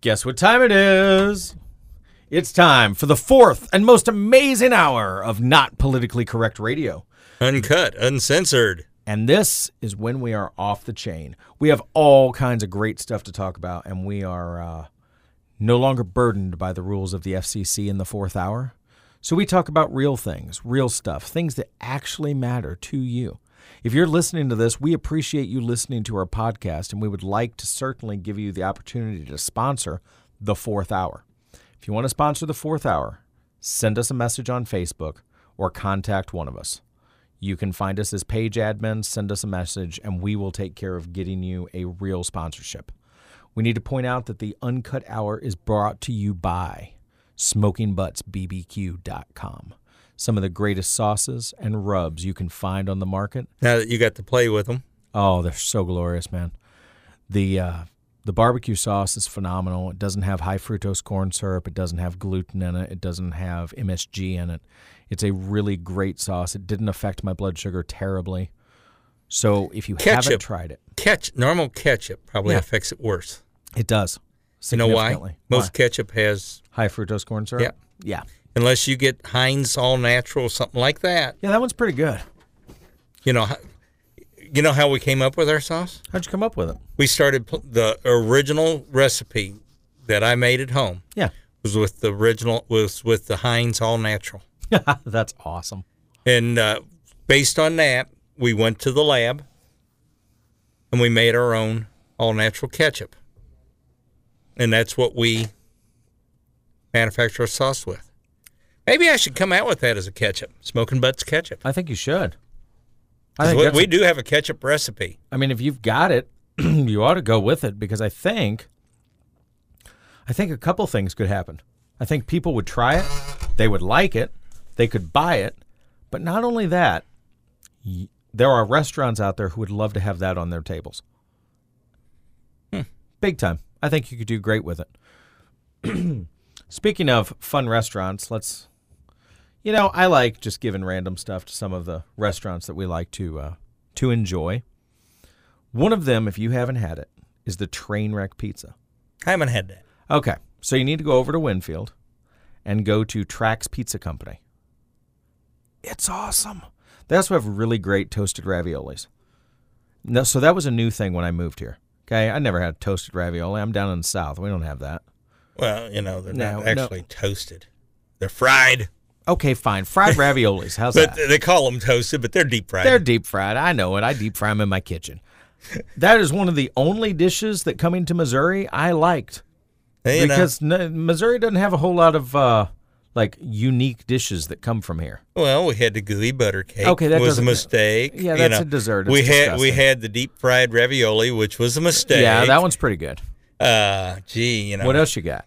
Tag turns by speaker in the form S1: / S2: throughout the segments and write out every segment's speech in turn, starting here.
S1: Guess what time it is? It's time for the fourth and most amazing hour of not politically correct radio.
S2: Uncut, uncensored.
S1: And this is when we are off the chain. We have all kinds of great stuff to talk about, and we are uh, no longer burdened by the rules of the FCC in the fourth hour. So we talk about real things, real stuff, things that actually matter to you. If you're listening to this, we appreciate you listening to our podcast, and we would like to certainly give you the opportunity to sponsor the fourth hour. If you want to sponsor the fourth hour, send us a message on Facebook or contact one of us. You can find us as page admins, send us a message, and we will take care of getting you a real sponsorship. We need to point out that the Uncut Hour is brought to you by smokingbuttsbbq.com. Some of the greatest sauces and rubs you can find on the market.
S2: Now that you got to play with them,
S1: Oh, they're so glorious, man. The uh, the barbecue sauce is phenomenal. It doesn't have high fructose corn syrup. It doesn't have gluten in it. It doesn't have MSG in it. It's a really great sauce. It didn't affect my blood sugar terribly. So if you haven't
S2: Ketchup.
S1: tried it,
S2: catch normal ketchup probably
S1: Yeah.
S2: affects it worse.
S1: it does.
S2: You know why?
S1: significantly.
S2: Most ketchup has,
S1: Why? high fructose corn syrup.
S2: Yeah.
S1: yeah,
S2: unless you get Heinz All Natural, something like that.
S1: yeah. That one's pretty good.
S2: You know, how- you know how we came up with our sauce?
S1: How'd you come up with it?
S2: We started pl- the original recipe that I made at home
S1: Yeah,
S2: was with the original was with the Heinz All Natural,
S1: that's awesome.
S2: and uh, based on that, we went to the lab and we made our own all natural ketchup, and that's what we manufacture our sauce with. Maybe I should come out with that as a ketchup, smoking butts ketchup.
S1: I think you should. I
S2: We-
S1: think that's
S2: we do have a ketchup recipe.
S1: I mean, if you've got it, you ought to go with it because I think, I think a couple things could happen. I think people would try it, they would like it, they could buy it, but not only that, y- there are restaurants out there who would love to have that on their tables. Big time. I think you could do great with it. Speaking of fun restaurants, let's. You know, I like just giving random stuff to some of the restaurants that we like to uh, to enjoy. One of them, if you haven't had it, is the train wreck pizza.
S2: I haven't had that.
S1: Okay, so you need to go over to Winfield and go to Trax Pizza Company. It's awesome. They also have really great toasted raviolis. No, so that was a new thing when I moved here. Okay, I never had toasted ravioli. I'm down in the south. We don't have that.
S2: Well, you know, they're
S1: No,
S2: not
S1: no.
S2: actually toasted; they're fried.
S1: Okay, fine. Fried raviolis. How's
S2: But
S1: that?
S2: they call them toasted, but they're deep fried.
S1: They're deep fried. I know it. I deep fry them in my kitchen. That is one of the only dishes that coming to Missouri I liked.
S2: You know.
S1: because n- Missouri doesn't have a whole lot of uh, like unique dishes that come from here.
S2: Well, we had the gooey butter cake.
S1: Okay, that
S2: was a
S1: doesn't-
S2: mistake.
S1: Yeah,
S2: you
S1: that's
S2: know.
S1: a dessert. It's
S2: we had we
S1: disgusting.
S2: had the deep fried ravioli, which was a mistake.
S1: Yeah, that one's pretty good.
S2: Uh, gee, you know.
S1: What else you got?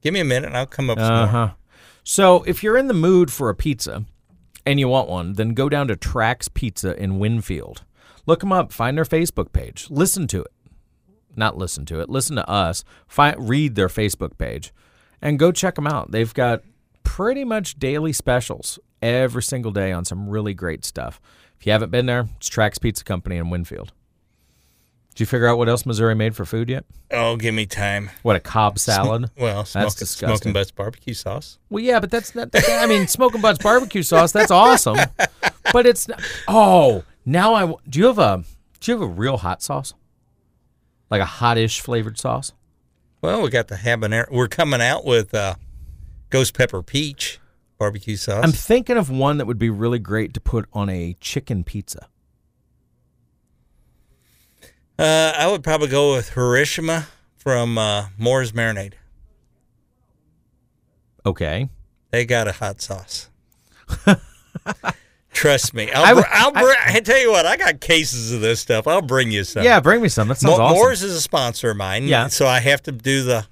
S2: Give me a minute, and I'll come up with
S1: Uh
S2: some more.
S1: huh. So if you're in the mood for a pizza and you want one, then go down to Trax Pizza in Winfield. Look them up. Find their Facebook page. Listen to it. Not listen to it. Listen to us. Find, read their Facebook page, and go check them out. They've got pretty much daily specials every single day on some really great stuff. If you haven't been there, it's Trax Pizza Company in Winfield. Did you figure out what else Missouri made for food yet?
S2: Oh, give me time.
S1: What a Cobb salad.
S2: Well, smoking,
S1: disgusting.
S2: smoking butts barbecue sauce.
S1: Well, yeah, but that's not. I mean, smoking butts barbecue sauce. That's awesome, but it's not, oh now I w- do you have a do you have a real hot sauce, like a hot-ish flavored sauce?
S2: Well, we got the habanero. We're coming out with uh, ghost pepper peach barbecue sauce.
S1: I'm thinking of one that would be really great to put on a chicken pizza.
S2: uh, I would probably go with Hiroshima from uh, Moore's Marinade.
S1: Okay,
S2: They got a hot sauce. Trust me. I'll,
S1: I
S2: br-
S1: would-
S2: I'll br- I, tell you what, I got cases of this stuff. I'll bring you some.
S1: yeah, bring me some. That sounds
S2: Mo-
S1: awesome.
S2: Moore's is a sponsor of mine.
S1: Yeah.
S2: So I have to do the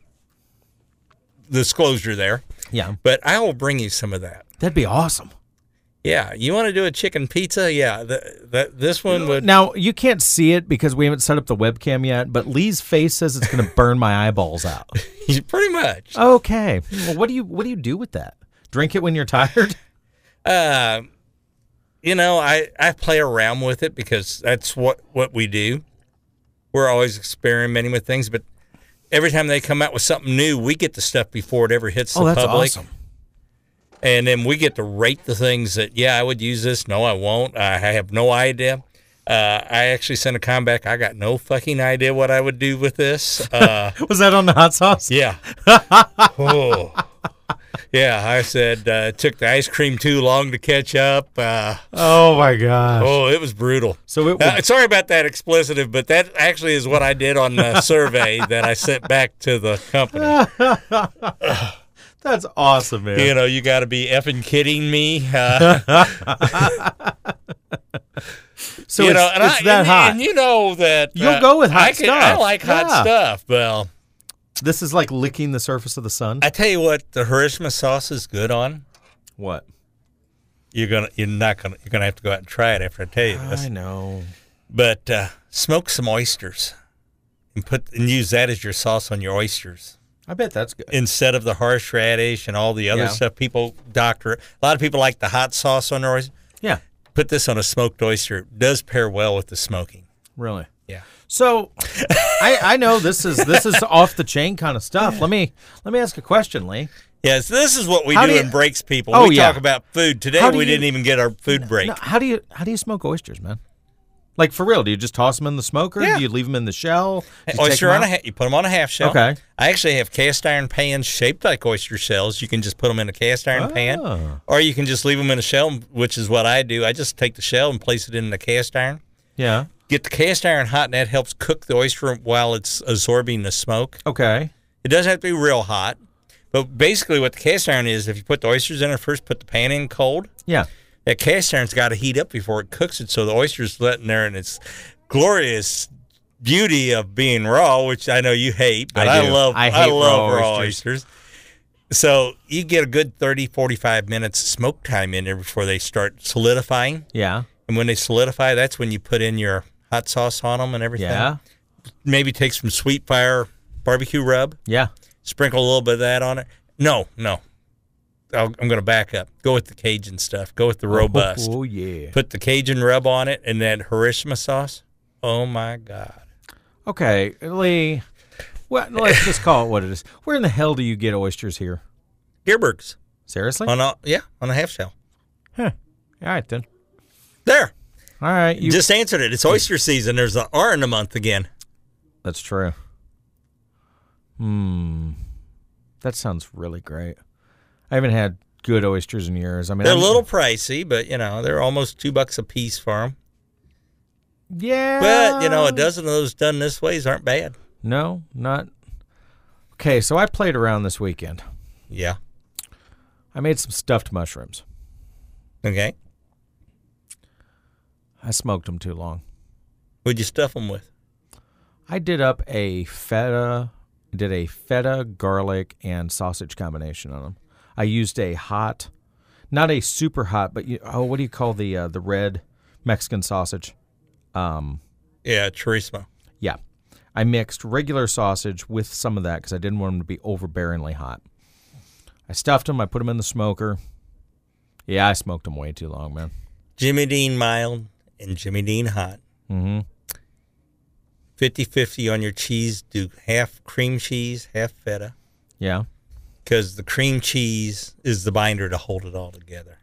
S2: disclosure there.
S1: Yeah,
S2: But I will bring you some of that.
S1: that'd be awesome.
S2: Yeah. You want to do a chicken pizza? Yeah. Th- th- this one would.
S1: Now you can't see it because we haven't set up the webcam yet, but Lee's face says it's going to burn my eyeballs out.
S2: Pretty much.
S1: Okay, well, what do you what do you do with that? Drink it when you're tired.
S2: Uh, you know, I, I play around with it because that's what, what we do. We're always experimenting with things, but every time they come out with something new, we get the stuff before it ever hits
S1: Oh,
S2: the
S1: that's
S2: public.
S1: awesome.
S2: And then we get to rate the things that, yeah, I would use this. No, I won't. I have no idea. Uh, I actually sent a comment back. I got no fucking idea what I would do with this. Uh,
S1: Was that on the hot sauce?
S2: yeah. oh. Yeah, I said uh, it took the ice cream too long to catch up. Uh,
S1: Oh my gosh.
S2: oh, it was brutal.
S1: So it
S2: Uh,
S1: would-
S2: sorry about that expletive, but that actually is what I did on the survey that I sent back to the
S1: Ah.
S2: company.
S1: that's awesome, man.
S2: You know, you got to be effing kidding me. Uh,
S1: so
S2: you
S1: it's,
S2: know, and
S1: it's
S2: I,
S1: that
S2: and,
S1: hot.
S2: and you know that uh,
S1: You'll go with hot
S2: I I
S1: stuff.
S2: like
S1: Yeah.
S2: hot stuff. Well,
S1: this is like licking the surface of the sun.
S2: I tell you what, the harishma sauce is good on.
S1: what?
S2: You're gonna, you're not gonna, you're gonna have to go out and try it after I tell you this.
S1: I know.
S2: But uh, smoke some oysters and put and use that as your sauce on your oysters
S1: I bet that's good.
S2: instead of the horseradish and all the other
S1: Yeah.
S2: stuff. People doctor a lot of people like the hot sauce on their oysters.
S1: Yeah,
S2: Put this on a smoked oyster. It does pair well with the smoking.
S1: really.
S2: Yeah.
S1: So, I I know this is this is off the chain kind of stuff. Let me let me ask a question, Lee.
S2: Yes, this is what we
S1: How
S2: do
S1: do you-
S2: in breaks, people.
S1: Oh,
S2: we
S1: yeah.
S2: talk about food. Today
S1: How do
S2: we
S1: you-
S2: didn't even get our food break.
S1: No, how do you how do you smoke oysters, man? Like for real? Do you just toss them in the smoker?
S2: Yeah.
S1: Do you leave them in the shell? Do you take
S2: oyster
S1: 'em
S2: on a
S1: out?
S2: ha- you put them on a half shell.
S1: Okay.
S2: I actually have cast iron pans shaped like oyster shells. You can just put them in a cast iron
S1: Oh.
S2: pan, or you can just leave them in a shell, which is what I do. I just take the shell and place it in the cast iron.
S1: Yeah.
S2: Get the cast iron hot, and that helps cook the oyster while it's absorbing the smoke.
S1: Okay.
S2: It doesn't have to be real hot, but basically, what the cast iron is, if you put the oysters in it first, put the pan in cold.
S1: Yeah.
S2: That cast iron's got to heat up before it cooks it, so the oyster's let in there, and it's glorious beauty of being raw, which I know you hate, but
S1: I
S2: I,
S1: do.
S2: love
S1: I
S2: I,
S1: hate
S2: love
S1: raw
S2: raw,
S1: oysters.
S2: oysters. So you get a good 30, 45 minutes smoke time in there before they start solidifying,
S1: Yeah.
S2: and when they solidify, that's when you put in your hot sauce on them and everything.
S1: Yeah.
S2: Maybe take some sweet fire barbecue rub
S1: Yeah.
S2: sprinkle a little bit of that on it. No, no. I'll, I'm going to back up. Go with the Cajun stuff. Go with the robust.
S1: Oh yeah.
S2: Put the Cajun rub on it and that Harishma sauce. Oh my God.
S1: Okay, Lee. Well, let's just call it what it is. Where in the hell do you get oysters here?
S2: Gearbergs
S1: Seriously?
S2: on a yeah on a half shell.
S1: Huh. All right then.
S2: There,
S1: All right, you.
S2: just answered it. It's oyster season. There's an R in the month again.
S1: That's true. Hmm. That sounds really great. I haven't had good oysters in years. I mean,
S2: They're a
S1: I'm-
S2: little pricey, but you know they're almost two bucks a piece for them.
S1: Yeah.
S2: But you know
S1: Um,
S2: a dozen of those done this ways aren't bad.
S1: No, not. Okay, so I played around this weekend.
S2: Yeah.
S1: I made some stuffed mushrooms.
S2: Okay.
S1: I smoked them too long.
S2: What'd you stuff them with?
S1: I did up a feta, I did a feta garlic and sausage combination on them. I used a hot, not a super hot, but you, oh, what do you call the uh, the red Mexican sausage? Um,
S2: Yeah, Turismo.
S1: Yeah, I mixed regular sausage with some of that because I didn't want them to be overbearingly hot. I stuffed them. I put them in the smoker. Yeah, I smoked them way too long, man.
S2: Jimmy Dean mild and Jimmy Dean hot.
S1: Mm-hmm.
S2: 50 50 on your cheese. Do half cream cheese, half feta,
S1: Yeah.
S2: because the cream cheese is the binder to hold it all together.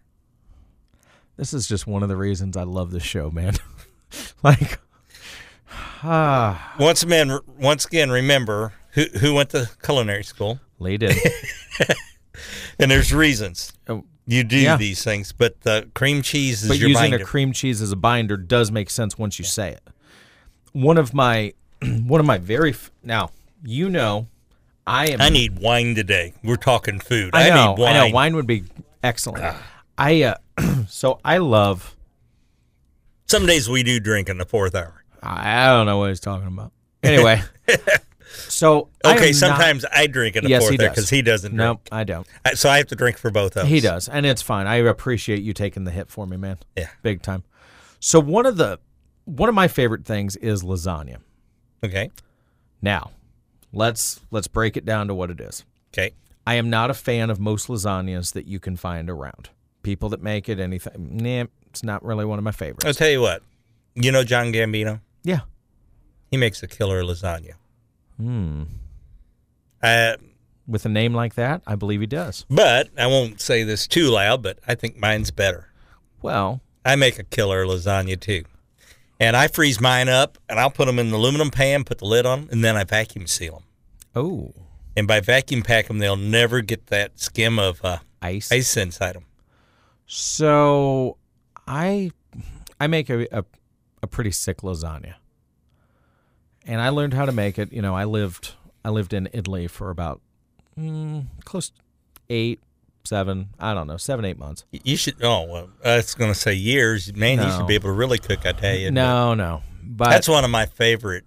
S1: This is just one of the reasons I love this show, man. like, ah,
S2: Once again, once again remember who, who went to culinary school,
S1: laid in.
S2: and there's reasons
S1: Oh,
S2: you do
S1: Yeah.
S2: these things, but the cream cheese is
S1: but
S2: your
S1: using a
S2: binder.
S1: cream cheese as a binder does make sense once you say it. One of my, one of my very f- now, you know, I am.
S2: I need wine today. We're talking food.
S1: I
S2: I,
S1: know.
S2: need wine.
S1: I know. Wine would be excellent. I uh, so I love.
S2: Some days we do drink in the fourth hour.
S1: I I don't know what he's talking about. Anyway, so I am
S2: Okay,
S1: not-
S2: sometimes I drink in the
S1: Yes, he
S2: fourth hour
S1: does.
S2: because he doesn't
S1: no,
S2: drink.
S1: I don't.
S2: I- So I have to drink for both of us.
S1: He does, and it's fine. I appreciate you taking the hit for me, man.
S2: Yeah.
S1: big time. So one of the one of my favorite things is lasagna.
S2: Okay.
S1: Now, let's let's break it down to what it is.
S2: Okay.
S1: I am not a fan of most lasagnas that you can find around. People that make it anything, nah, it's not really one of my favorites.
S2: I'll tell you what. You know John Gambino?
S1: yeah,
S2: He makes a killer lasagna. Uh,
S1: Hmm. With a name like that, I believe he does.
S2: but I won't say this too loud, but I think mine's better.
S1: Well,
S2: I make a killer lasagna too. And I freeze mine up and I'll put them in an aluminum pan, put the lid on them, and then I vacuum seal them.
S1: oh,
S2: And by vacuum pack them, they'll never get that skim of uh,
S1: ice.
S2: ice inside them.
S1: So I I make a, a a pretty sick lasagna. And I learned how to make it. You know, I lived I lived in Italy for about mm, close to eight, seven, I don't know, seven, eight months.
S2: You should, oh, well, I was going to say years. Man, you
S1: No.
S2: should be able to really cook, I tell you.
S1: No, no. But
S2: That's one of my favorite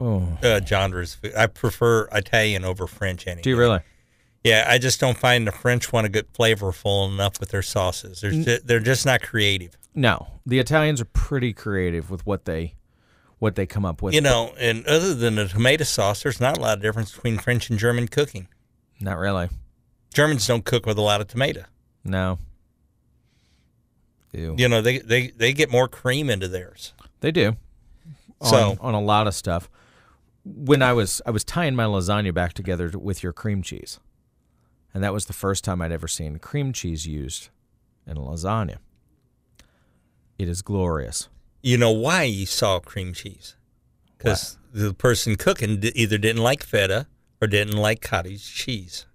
S1: oh,
S2: uh, genres. of food. I prefer Italian over French any.
S1: do you really?
S2: Yeah, I just don't find the French one a good flavorful enough with their sauces. They're ju- they're just not creative,
S1: No. The Italians are pretty creative with what they what they come up with.
S2: you know. And other than the tomato sauce, there's not a lot of difference between French and German cooking.
S1: Not really.
S2: Germans don't cook with a lot of tomato.
S1: No. Ew.
S2: You know, they they, they get more cream into theirs.
S1: They do. On,
S2: So-
S1: on a lot of stuff. When I was I was tying my lasagna back together to- with your cream cheese, and that was the first time I'd ever seen cream cheese used in a lasagna. It is glorious.
S2: You know why you saw cream cheese? Because the person cooking d- either didn't like feta or didn't like cottage cheese.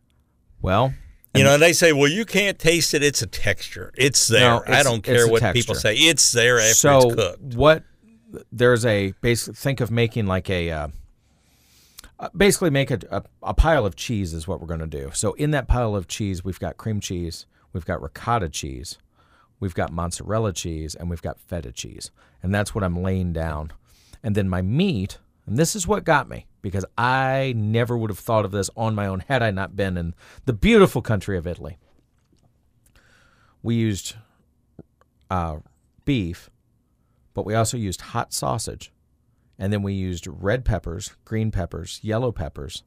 S1: Well,
S2: You know, they say, "Well, you can't taste it; it's a texture. It's there.
S1: No,
S2: I
S1: it's-
S2: don't
S1: it's
S2: care
S1: a
S2: what
S1: texture.
S2: people say; it's there after
S1: so
S2: it's cooked."
S1: what? There's a basic. Think of making like a. Uh, uh, basically, make a, a, a pile of cheese is what we're going to do. So in that pile of cheese, we've got cream cheese, we've got ricotta cheese, we've got mozzarella cheese, and we've got feta cheese, and that's what I'm laying down. And then my meat, and this is what got me because I never would have thought of this on my own had I not been in the beautiful country of Italy. We used uh, beef, but we also used hot sausage. And then we used red peppers, green peppers, yellow peppers,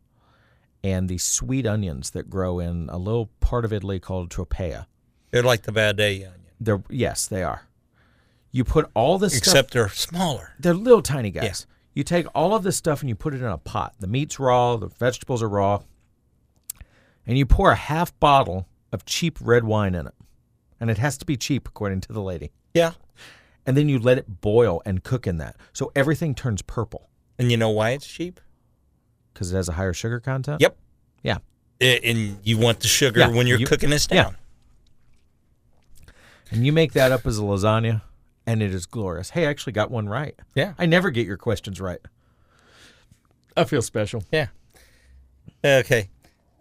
S1: and the sweet onions that grow in a little part of Italy called Tropea.
S2: They're like the Valdez onion,
S1: They're yes, they are. You put all this stuff
S2: except they're smaller.
S1: they're little tiny guys. You take all of this stuff and you put it in a pot. The meat's raw, the vegetables are raw, and you pour a half bottle of cheap red wine in it. And it has to be cheap according to the lady.
S2: Yeah.
S1: and then you let it boil and cook in that. So everything turns purple
S2: And you know why it's cheap?
S1: because it has a higher sugar content.
S2: Yep.
S1: Yeah.
S2: A- and you want the sugar
S1: Uh. Yeah,
S2: when you're
S1: you-
S2: cooking this
S1: yeah.
S2: down.
S1: And you make that up as a lasagna, and it is glorious. Hey, I actually got one right.
S2: Yeah.
S1: I never get your questions right. I feel special.
S2: Yeah. Okay.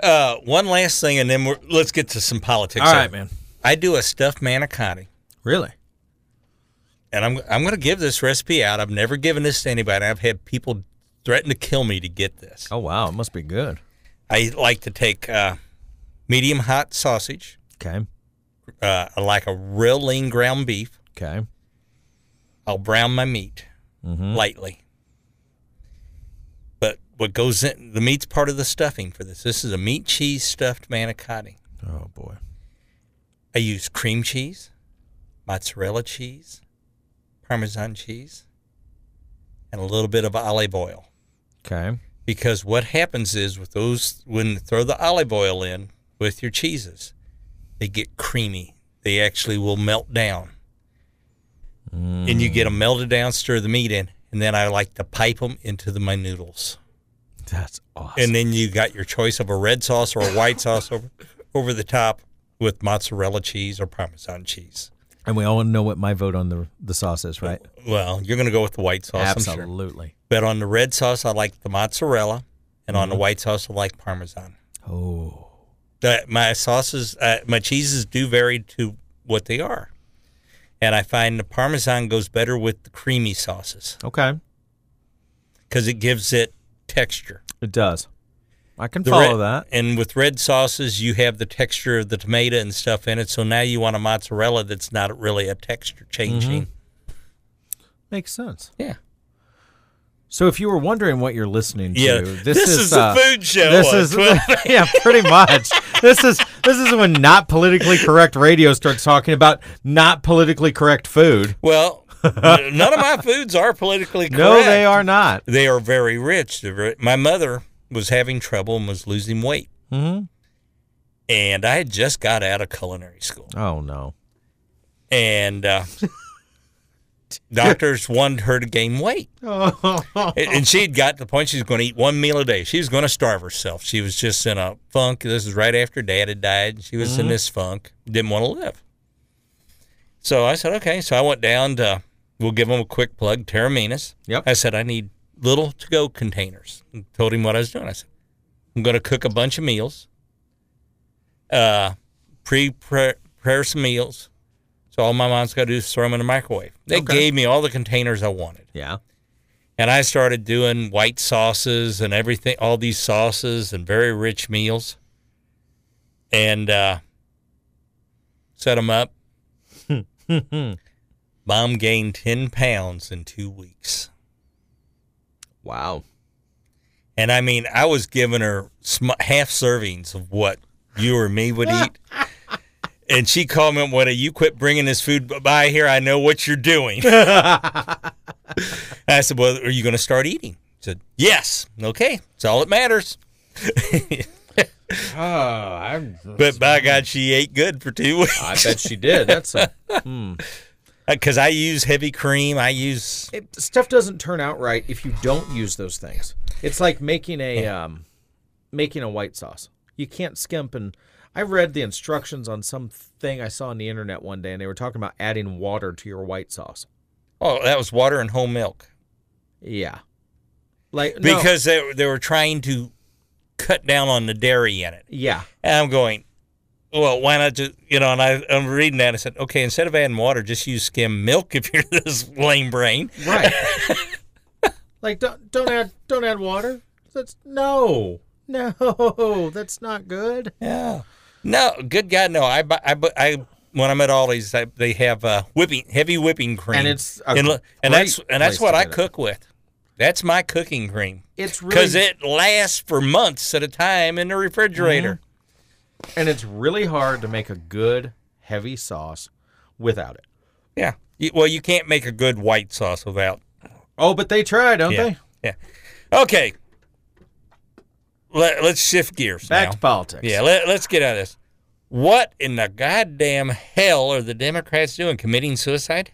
S2: Uh, one last thing, and then we're, let's get to some politics.
S1: All
S2: here.
S1: right, man.
S2: I do a stuffed manicotti,
S1: Really?
S2: and I'm I'm going to give this recipe out. I've never given this to anybody. I've had people threaten to kill me to get this.
S1: Oh, wow. It must be good.
S2: I like to take uh, medium hot sausage.
S1: Okay.
S2: Uh, I like a real lean ground beef.
S1: Okay. Mm-hmm.
S2: I'll brown my meat lightly. But what goes in the meat's part of the stuffing for this. This is a meat cheese stuffed manicotti.
S1: Oh, boy.
S2: I use cream cheese, mozzarella cheese, parmesan cheese, and a little bit of olive oil.
S1: Okay.
S2: Because what happens is with those when you throw the olive oil in with your cheeses, they get creamy. They actually will melt down. And you get them melted down, stir the meat in, and then I like to pipe them into the, my noodles.
S1: That's awesome.
S2: And then you got your choice of a red sauce or a white sauce over, over the top with mozzarella cheese or parmesan cheese.
S1: And we all know what my vote on the, the sauce is, right?
S2: Well, you're going to go with the white sauce, I'm sure.
S1: Absolutely.
S2: But on the red sauce, I like the mozzarella, and on the
S1: Mm-hmm.
S2: white sauce, I like parmesan.
S1: Oh.
S2: That my sauces, uh, my cheeses do vary to what they are, and I find the parmesan goes better with the creamy sauces
S1: Okay.
S2: because it gives it texture.
S1: It does. I can
S2: The
S1: follow
S2: red-
S1: that.
S2: And with red sauces, you have the texture of the tomato and stuff in it. So now you want a mozzarella that's not really a
S1: Mm-hmm.
S2: texture changing.
S1: Makes sense.
S2: Yeah.
S1: So, if you were wondering what you're listening to,
S2: Yeah,
S1: this,
S2: this is a
S1: uh,
S2: food show
S1: This
S2: on
S1: is
S2: 12
S1: yeah, pretty much. this is this is when not politically correct radio starts talking about not politically correct food.
S2: Well, n- none of my foods are politically correct.
S1: No, they are not.
S2: they are very rich. They're very- my mother was having trouble and was losing weight.
S1: Mm-hmm.
S2: And I had just got out of culinary school.
S1: Oh no.
S2: And uh, doctors wanted her to gain weight.
S1: Oh.
S2: And- And she had got to the point she was going to eat one meal a day. She was going to starve herself. She was just in a funk. This is right after dad had died. She was in this funk. Didn't want to live. So I said, okay. So I went down to, we'll give him a quick plug, Terraminas.
S1: Yep.
S2: I said, I need little to go containers. And told him what I was doing. I said, I'm going to cook a bunch of meals, uh, pre prepare some meals. So all my mom's got to do is throw them in the microwave. They
S1: Okay.
S2: gave me all the containers I wanted
S1: Yeah.
S2: and I started doing white sauces and everything, all these sauces and very rich meals, and uh, set them up. Mom gained ten pounds in two weeks,
S1: Wow.
S2: and I mean, I was giving her sm- half servings of what you or me would eat. And she called me, up, "What? You quit bringing this food by here? I know what you're doing." I said, "Well, are you going to start eating?" She said, "Yes." Okay, that's all that matters.
S1: Oh, I,
S2: But by God, she ate good for two weeks.
S1: I bet she did. That's a, hmm.
S2: Because I use heavy cream. I use
S1: it, stuff doesn't turn out right if you don't use those things. It's like making a um, making a white sauce. You can't skimp and I read the instructions on some thing I saw on the internet one day and they were talking about adding water to your white sauce.
S2: oh, that was water and whole milk
S1: Yeah. Like no.
S2: because they they were trying to cut down on the dairy in it.
S1: yeah.
S2: And I'm going, well, why not just you know? And I, I'm reading that. I said, okay, instead of adding water, just use skim milk if you're this lame brain.
S1: Right. like don't don't add don't add water. That's no. No, that's not good.
S2: Yeah. No, good God, no. I bu- I bu- I when I'm at Ollie's, I, they have uh, whipping heavy whipping cream,
S1: And it's a
S2: and, lo- and
S1: great
S2: that's and that's
S1: place
S2: what
S1: to
S2: I
S1: get it.
S2: cook with. That's my cooking cream.
S1: It's really
S2: because it lasts for months at a time in the refrigerator.
S1: Mm-hmm. and it's really hard to make a good heavy sauce without it.
S2: Yeah. You- well, you can't make a good white sauce without.
S1: Oh, but they try, don't
S2: Yeah.
S1: they?
S2: Yeah. Okay. Let, let's shift gears
S1: Back
S2: now.
S1: to politics.
S2: Yeah. Let, let's get out of this. What in the goddamn hell are the Democrats doing? Committing suicide?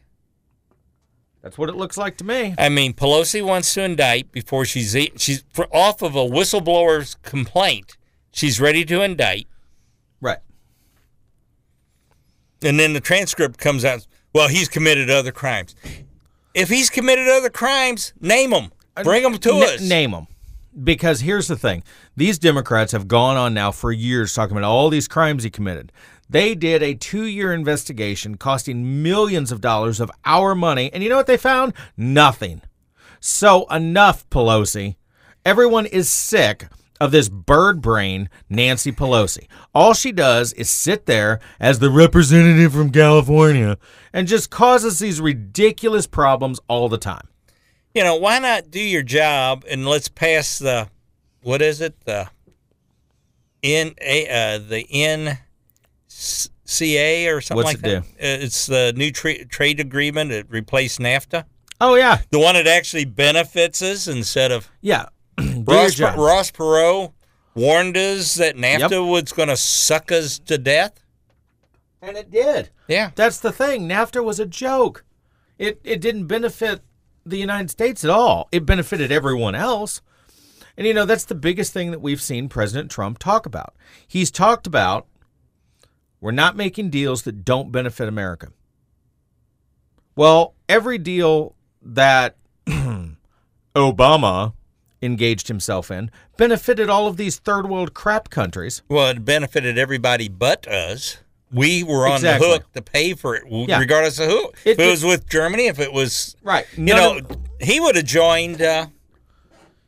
S1: That's what it looks like to me.
S2: I mean, Pelosi wants to indict before she's e- she's for, off of a whistleblower's complaint. She's ready to indict.
S1: Right.
S2: and then the transcript comes out. Well, he's committed other crimes. If he's committed other crimes, name them. Bring them to
S1: Uh, N-
S2: us.
S1: Name them. Because here's the thing these Democrats have gone on now for years talking about all these crimes he committed. They did a two year investigation costing millions of dollars of our money. And you know what they found? Nothing. So enough, Pelosi. Everyone is sick of this bird brain, Nancy Pelosi. All she does is sit there as the representative from California and just causes these ridiculous problems all the time.
S2: You know, why not do your job and let's pass the, what is it? The N A uh, the N C A or something
S1: What's
S2: like
S1: it
S2: that.
S1: do?
S2: Uh, It's the new tra- trade agreement that replaced NAFTA.
S1: Oh, yeah.
S2: The one that actually benefits us instead of
S1: Yeah. Do your
S2: Ross,
S1: job.
S2: Ross Perot warned us that NAFTA
S1: Yep.
S2: was going to suck us to death.
S1: And it did.
S2: Yeah.
S1: That's the thing. NAFTA was a joke. It it didn't benefit the United States at all. It benefited everyone else. And you know, that's the biggest thing that we've seen President Trump talk about. He's talked about we're not making deals that don't benefit America. Well, every deal that Obama engaged himself in benefited all of these third world crap countries.
S2: Well, it benefited everybody but us. We were on
S1: Exactly.
S2: the hook to pay for it, w
S1: Yeah.
S2: regardless of who.
S1: It-
S2: if it
S1: it-
S2: was with Germany, if it was,
S1: Right.
S2: you know, he would have joined uh,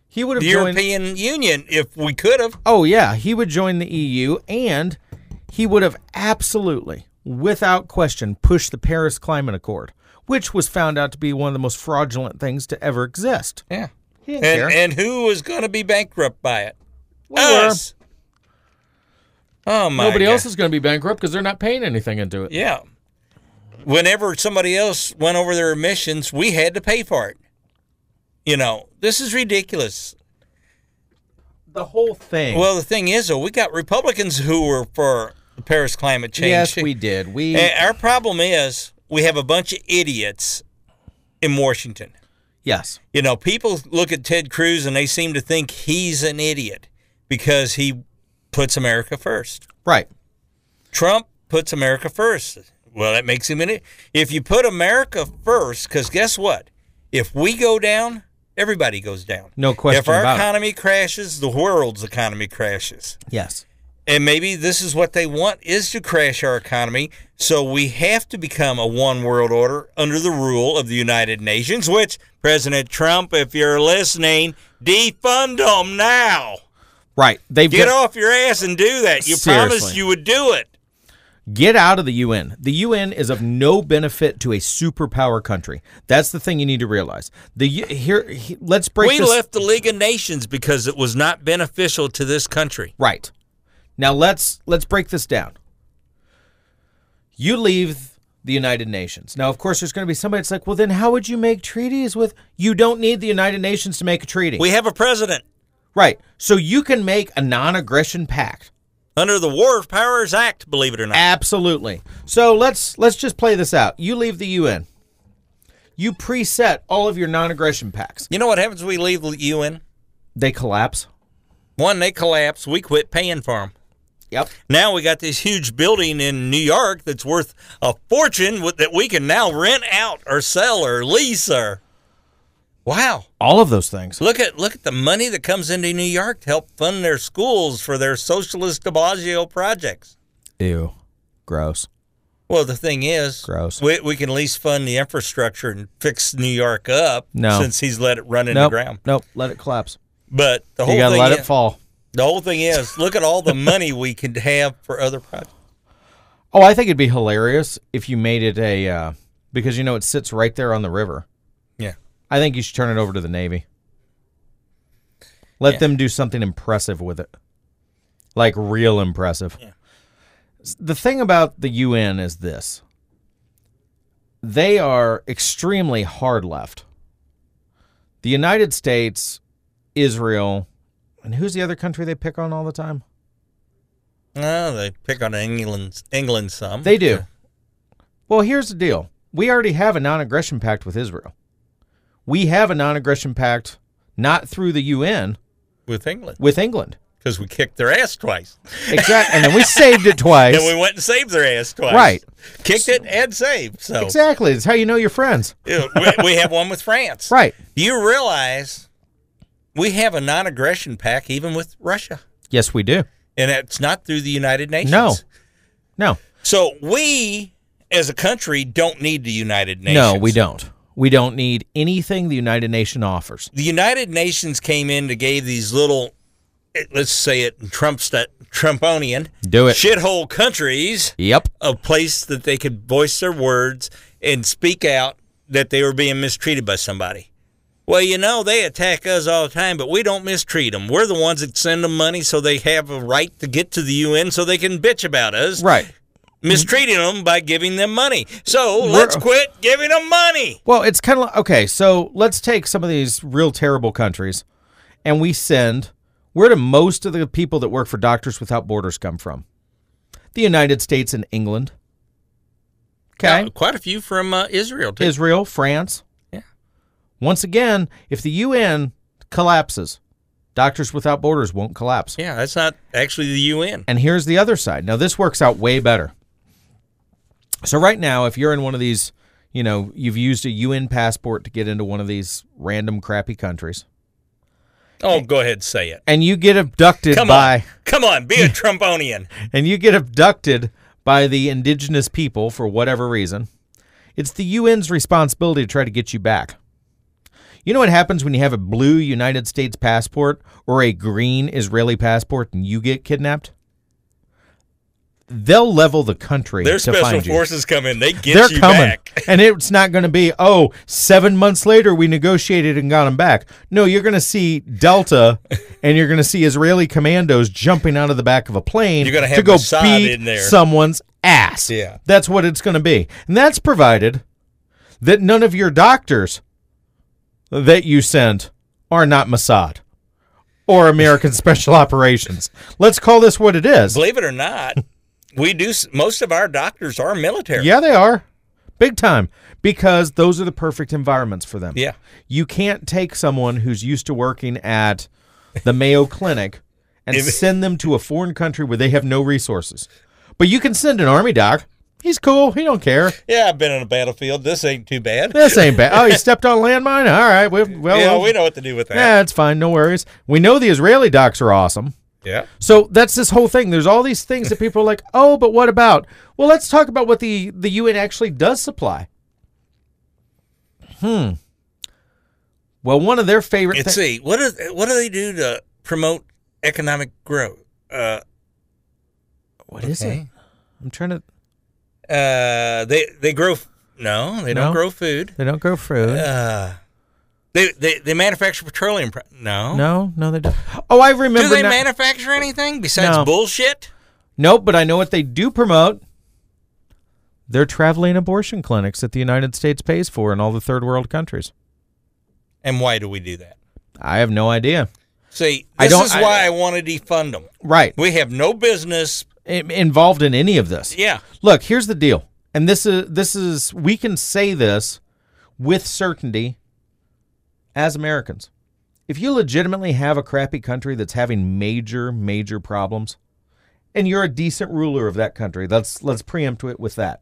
S1: he would have
S2: the
S1: joined
S2: European Union if we could have.
S1: Oh yeah, he would join the EU and he would have absolutely without question pushed the Paris Climate Accord, which was found out to be one of the most fraudulent things to ever exist.
S2: Yeah.
S1: He didn't care.
S2: And, and who was going to be bankrupt by it?
S1: We were.
S2: us. Oh, my
S1: Nobody
S2: God.
S1: else is going to be bankrupt because they're not paying anything into it.
S2: Yeah. Whenever somebody else went over their emissions, we had to pay for it. You know, this is ridiculous.
S1: the whole thing.
S2: Well, the thing is, though, we got Republicans who were for the Paris climate change.
S3: Yes, we did. We
S2: Eh, Our problem is we have a bunch of idiots in Washington.
S1: yes.
S2: You know, people look at Ted Cruz and they seem to think he's an idiot because he puts America first.
S3: right.
S2: Trump puts America first. Well, that makes him an idiot. If you put America first, because guess what? If we go down, everybody goes down.
S1: No question
S2: If our
S1: about it.
S2: economy crashes, the world's economy crashes.
S1: Yes.
S2: and maybe this is what they want is to crash our economy so we have to become a one world order under the rule of the united nations which president trump if you're listening defund them now
S1: Right. They've
S2: get
S1: got-
S2: off your ass and do that you
S1: Seriously.
S2: promised you would do it
S1: Get out of the UN. The UN is of no benefit to a superpower country. That's the thing you need to realize. The U- here he- let's break
S2: we
S1: this
S2: left the league of nations because it was not beneficial to this country
S1: right. Now let's let's break this down. You leave the United Nations. Now of course there's going to be somebody that's like, "Well then how would you make treaties with you don't need the United Nations to make a treaty."
S2: we have a president
S1: right. So you can make a non-aggression pact.
S2: under the war powers act believe it or not
S1: Absolutely. So let's let's just play this out. You leave the UN. You preset all of your non-aggression pacts.
S2: you know what happens when we leave the un
S1: They collapse.
S2: one they collapse we quit paying for them
S1: Yep.
S2: Now we got this huge building in New York that's worth a fortune with, that we can now rent out or sell or lease or. Wow!
S1: All of those things.
S2: Look at look at the money that comes into New York to help fund their schools for their socialist De Blasio projects.
S1: Ew. Gross.
S2: Well, the thing is,
S1: Gross.
S2: We, we can at least fund the infrastructure and fix New York up
S1: No.
S2: since he's let it run in
S1: Nope.
S2: the ground.
S1: Nope. Let it collapse.
S2: But the whole
S1: You gotta
S2: thing
S1: let
S2: is,
S1: it fall.
S2: the whole thing is, look at all the money we could have for other projects.
S1: Oh, I think it'd be hilarious if you made it a uh, because you know it sits right there on the river.
S2: Yeah.
S1: I think you should turn it over to the Navy. Let
S2: Yeah.
S1: them do something impressive with it. Like real impressive.
S2: Yeah.
S1: S- The thing about the UN is this they are extremely hard left. The United States, Israel, and who's the other country they pick on all the time?
S2: Oh, they pick on England, England some.
S1: They do. Well, here's the deal. We already have a non aggression pact with Israel. We have a non aggression pact, not through the UN,
S2: with England
S1: with England.
S2: because we kicked their ass twice,
S1: Exactly. and then we saved it twice.
S2: and we went and saved their ass twice.
S1: Right.
S2: kicked it and saved. So
S1: exactly. It's how you know your friends.
S2: Yeah, we, we have one with France.
S1: Right.
S2: Do you realize we have a non-aggression pact even with Russia,
S1: Yes, we do.
S2: and it's not through the United Nations.
S1: No. No.
S2: So we, as a country, don't need the United Nations.
S1: No, we don't. We don't need anything the United Nations offers.
S2: the United Nations came in to gave these little, eh, let's say it, Trump's that Trumponian
S1: Do it.
S2: shithole countries
S1: Yep.
S2: a place that they could voice their words and speak out that they were being mistreated by somebody. Well, you know, they attack us all the time, but we don't mistreat them. We're the ones that send them money so they have a right to get to the UN so they can bitch about us.
S1: Right.
S2: Mistreating them by giving them money. So
S1: We're-
S2: let's quit giving them money.
S1: Well, it's kind of like, okay. So let's take some of these real terrible countries, and we send where do most of the people that work for Doctors Without Borders come from? The United States and England. Okay,
S2: Uh, Quite a few from uh, Israel, too.
S1: Israel, France.
S2: Yeah.
S1: Once again, if the UN collapses, Doctors Without Borders won't collapse.
S2: yeah, that's not actually the UN.
S1: And here's the other side. Now this works out way better. So right now, if you're in one of these, you know, you've used a UN passport to get into one of these random crappy countries,
S2: Oh, go ahead, say it.
S1: and you get abducted
S2: Come
S1: by
S2: on. Come on, be a Trumponian.
S1: and you get abducted by the indigenous people for whatever reason, it's the UN's responsibility to try to get you back. You know what happens when you have a blue United States passport or a green Israeli passport and you get kidnapped? They'll level the country
S2: Their
S1: to
S2: special
S1: find you.
S2: forces come in, they get
S1: They're
S2: you
S1: coming.
S2: back.
S1: and it's not going to be, oh, seven months later we negotiated and got them back. No, you're going to see Delta and you're going to see Israeli commandos jumping out of the back of a plane
S2: You're gonna have
S1: to go
S2: Mossad
S1: beat
S2: in there.
S1: someone's ass.
S2: Yeah.
S1: That's what it's going to be. And that's provided that none of your doctors that you send are not Mossad or American Special Operations. Let's call this what it is.
S2: Believe it or not, we do. s- Most of our doctors are military.
S1: Yeah, they are. Big time. Because those are the perfect environments for them.
S2: Yeah.
S1: You can't take someone who's used to working at the Mayo Clinic and
S2: If-
S1: send them to a foreign country where they have no resources. But you can send an army doc. He's cool. He don't care.
S2: Yeah, I've been on a battlefield. This ain't too bad.
S1: This ain't bad. Oh, he stepped on a landmine. All right. We, well,
S2: yeah, we know what to do with that.
S1: yeah, it's fine. No worries. We know the Israeli docs are awesome.
S2: Yeah.
S1: So that's this whole thing. There's all these things that people are like, oh, but what about? Well, let's talk about what the, the UN actually does supply. Hmm. Well, one of their favorite
S2: And
S1: things.
S2: see, what is what do they do to promote economic growth? Uh,
S1: What is it? I'm trying to.
S2: uh, they they grow. f- No, they
S1: No.
S2: don't grow food.
S1: They don't grow fruit.
S2: Uh, they, they they manufacture petroleum. Pro- no.
S1: no, no, they don't. Oh, I remember.
S2: Do they
S1: now-
S2: manufacture anything besides
S1: No.
S2: bullshit?
S1: Nope, but I know what they do promote. They're traveling abortion clinics that the United States pays for in all the third world countries.
S2: And why do we do that?
S1: I have no idea.
S2: See,
S1: I
S2: this
S1: don't-
S2: is
S1: I-
S2: why I, want to defund them.
S1: Right.
S2: We have no business.
S1: In- involved in any of this.
S2: Yeah.
S1: Look, here's the deal. And this is this is we can say this with certainty as Americans. If you legitimately have a crappy country that's having major major problems and you're a decent ruler of that country, let's let's preempt it with that.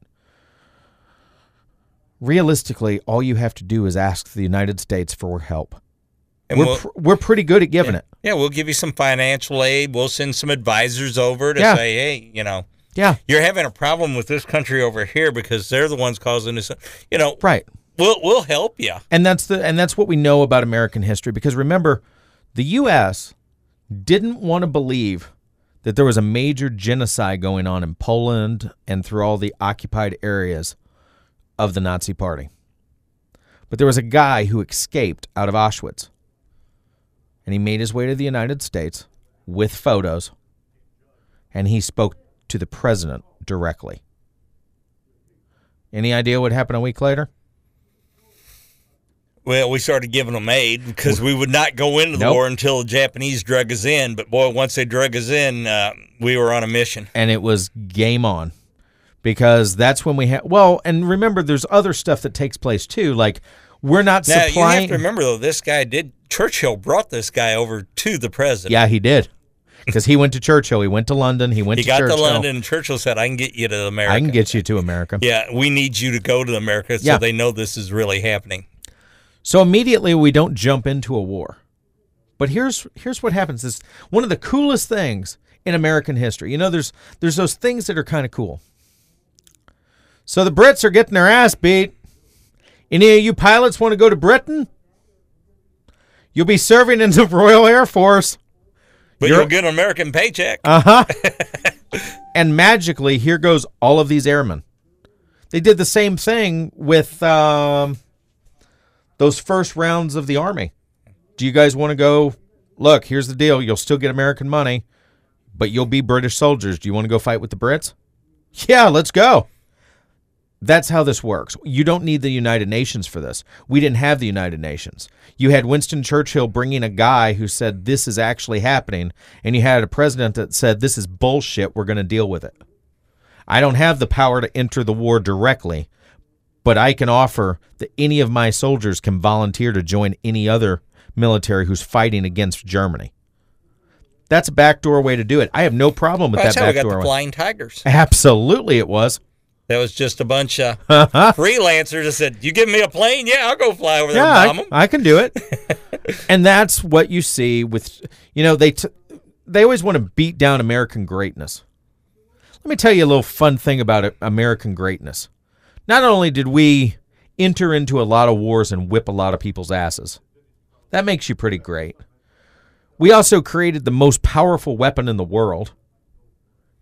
S1: Realistically, all you have to do is ask the United States for help.
S2: And
S1: we're
S2: we'll,
S1: pr- we're pretty good at giving it.
S2: yeah, we'll give you some financial aid. We'll send some advisors over to
S1: Yeah.
S2: say, hey, you know,
S1: Yeah.
S2: you're having a problem with this country over here because they're the ones causing this. You know,
S1: Right.
S2: we'll we'll help you.
S1: And that's the and that's what we know about American history because remember, the US didn't want to believe that there was a major genocide going on in Poland and through all the occupied areas of the Nazi party. But there was a guy who escaped out of Auschwitz. And he made his way to the United States with photos and he spoke to the president directly. Any idea what happened a week later?
S2: Well, we started giving them aid because we would not go into the
S1: Nope.
S2: war until the Japanese drug us in. But boy, once they drug us in, uh, we were on a mission.
S1: and it was game on because that's when we had well and remember there's other stuff that takes place too like we're not
S2: Now you
S1: supplying
S2: have to remember though, this guy did Churchill brought this guy over to the president.
S1: yeah he did because he went to churchill he went to london he went
S2: he
S1: to
S2: got
S1: churchill
S2: to London, and Churchill said, "I can get you to America.
S1: i can get you to america
S2: yeah, we need you to go to America so
S1: Yeah.
S2: they know this is really happening."
S1: so immediately we don't jump into a war but here's here's what happens is one of the coolest things in american history you know there's there's those things that are kind of cool so the brits are getting their ass beat any of you pilots want to go to britain you'll be serving in the royal air force
S2: But
S1: You're-
S2: you'll get an American paycheck.
S1: and magically here goes all of these airmen they did the same thing with um, those first rounds of the army do you guys want to go look here's the deal you'll still get american money but you'll be british soldiers do you want to go fight with the brits yeah let's go that's how this works you don't need the united nations for this we didn't have the united nations you had winston churchill bringing a guy who said this is actually happening and you had a president that said this is bullshit we're going to deal with it i don't have the power to enter the war directly but I can offer that any of my soldiers can volunteer to join any other military who's fighting against Germany. That's a backdoor way to do it. I have no problem with
S2: That's
S1: that
S2: how we got
S1: backdoor
S2: the
S1: way.
S2: Flying Tigers.
S1: Absolutely, it was.
S2: That was just a bunch of freelancers that said, "You give me a plane, yeah, I'll go fly over there
S1: Uh-huh. Yeah,
S2: and bomb
S1: I,
S2: 'em."
S1: I can do it. and that's what you see with, you know, they t- they always want to beat down American greatness. Let me tell you a little fun thing about it, American greatness. Not only did we enter into a lot of wars and whip a lot of people's asses, that makes you pretty great. We also created the most powerful weapon in the world,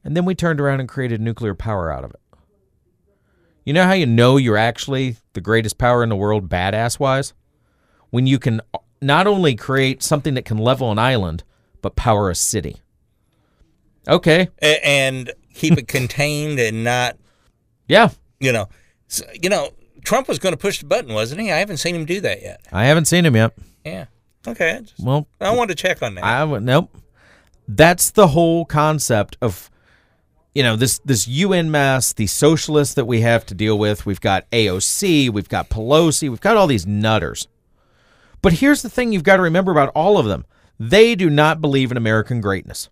S1: and then we turned around and created nuclear power out of it. You know how you know you're actually the greatest power in the world, badass wise? When you can not only create something that can level an island, but power a city. Okay.
S2: A- and keep it contained and not
S1: Yeah.
S2: you know, s you know, Trump was going to push the button, wasn't he? I haven't seen him do that yet.
S1: I haven't seen him yet.
S2: Yeah. Okay. I, just,
S1: Well,
S2: I wanted to check on that.
S1: I would nope. That's the whole concept of you know this this UN mess, the socialists that we have to deal with. We've got AOC, we've got Pelosi, we've got all these nutters. But here's the thing you've got to remember about all of them. They do not believe in American greatness.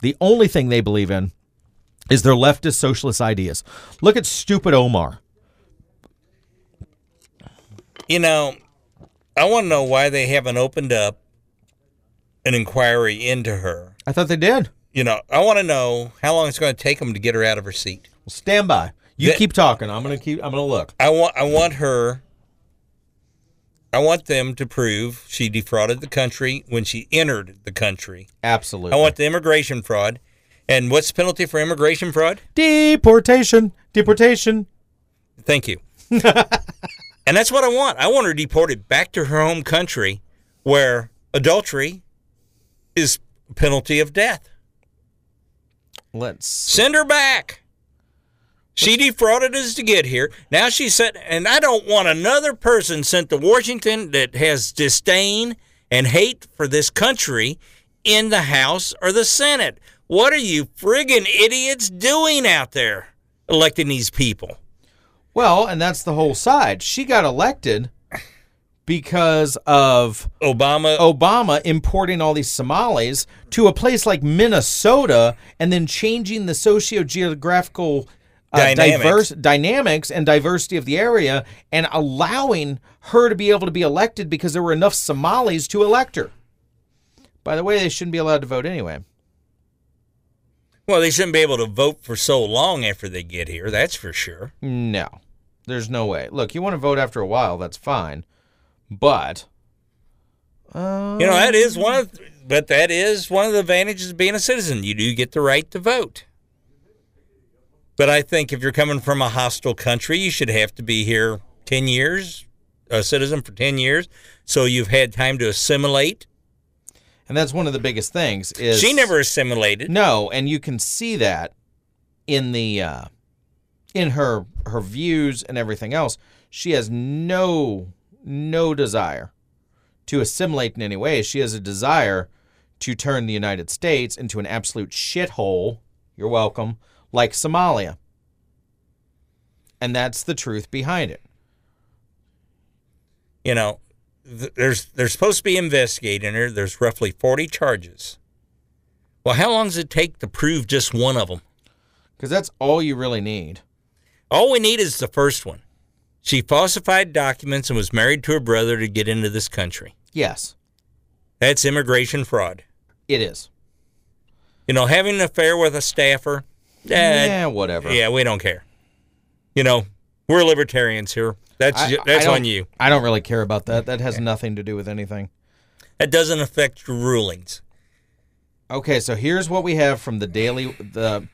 S1: The only thing they believe in is their leftist socialist ideas. Look at stupid Omar.
S2: you know, I want to know why they haven't opened up an inquiry into her.
S1: I thought they did.
S2: You know, I want to know how long it's going to take them to get her out of her seat.
S1: Well, stand by. You
S2: They-
S1: keep talking. I'm gonna keep. I'm gonna look.
S2: I want I want her I want them to prove she defrauded the country when she entered the country.
S1: Absolutely.
S2: I want the immigration fraud. And what's the penalty for immigration fraud?
S1: Deportation. Deportation.
S2: Thank you. and that's what I want. I want her deported back to her home country where adultery is penalty of death.
S1: Let's.
S2: Send her back. She defrauded us to get here. Now she said, and I don't want another person sent to Washington that has disdain and hate for this country in the House or the Senate. What are you friggin' idiots doing out there electing these people?
S1: Well, and that's the whole side. She got elected because of
S2: Obama,
S1: Oh. Obama importing all these Somalis to a place like Minnesota and then changing the socio-geographical uh,
S2: Dynamics.
S1: diverse dynamics and diversity of the area and allowing her to be able to be elected because there were enough Somalis to elect her. By the way, they shouldn't be allowed to vote anyway.
S2: well, they shouldn't be able to vote for so long after they get here, that's for sure.
S1: No, there's no way. Look, you want to vote after a while, that's fine, but uh,
S2: You know, that is one of, but that is one of the advantages of being a citizen. You do get the right to vote. But I think if you're coming from a hostile country, you should have to be here 10 years, a citizen for 10 years, so you've had time to assimilate.
S1: and that's one of the biggest things. Is
S2: She never assimilated.
S1: No, and you can see that in the uh, in her her views and everything else. She has no no desire to assimilate in any way. She has a desire to turn the United States into an absolute shithole. You're welcome, like Somalia. And that's the truth behind it.
S2: You know, th- there's they're supposed to be investigating her. There's roughly 40 charges. Well, how long does it take to prove just one of them?
S1: Because that's all you really need.
S2: All we need is the first one. She falsified documents and was married to her brother to get into this country.
S1: Yes,
S2: That's immigration fraud.
S1: it is.
S2: You know, having an affair with a staffer, eh,
S1: yeah, whatever.
S2: yeah, we don't care. You know, we're libertarians here. That's
S1: I-
S2: ju-
S1: I
S2: that's
S1: don't-
S2: on you.
S1: I don't really care about that. That has nothing to do with anything.
S2: That doesn't affect your rulings.
S1: Okay, so here's what we have from the daily the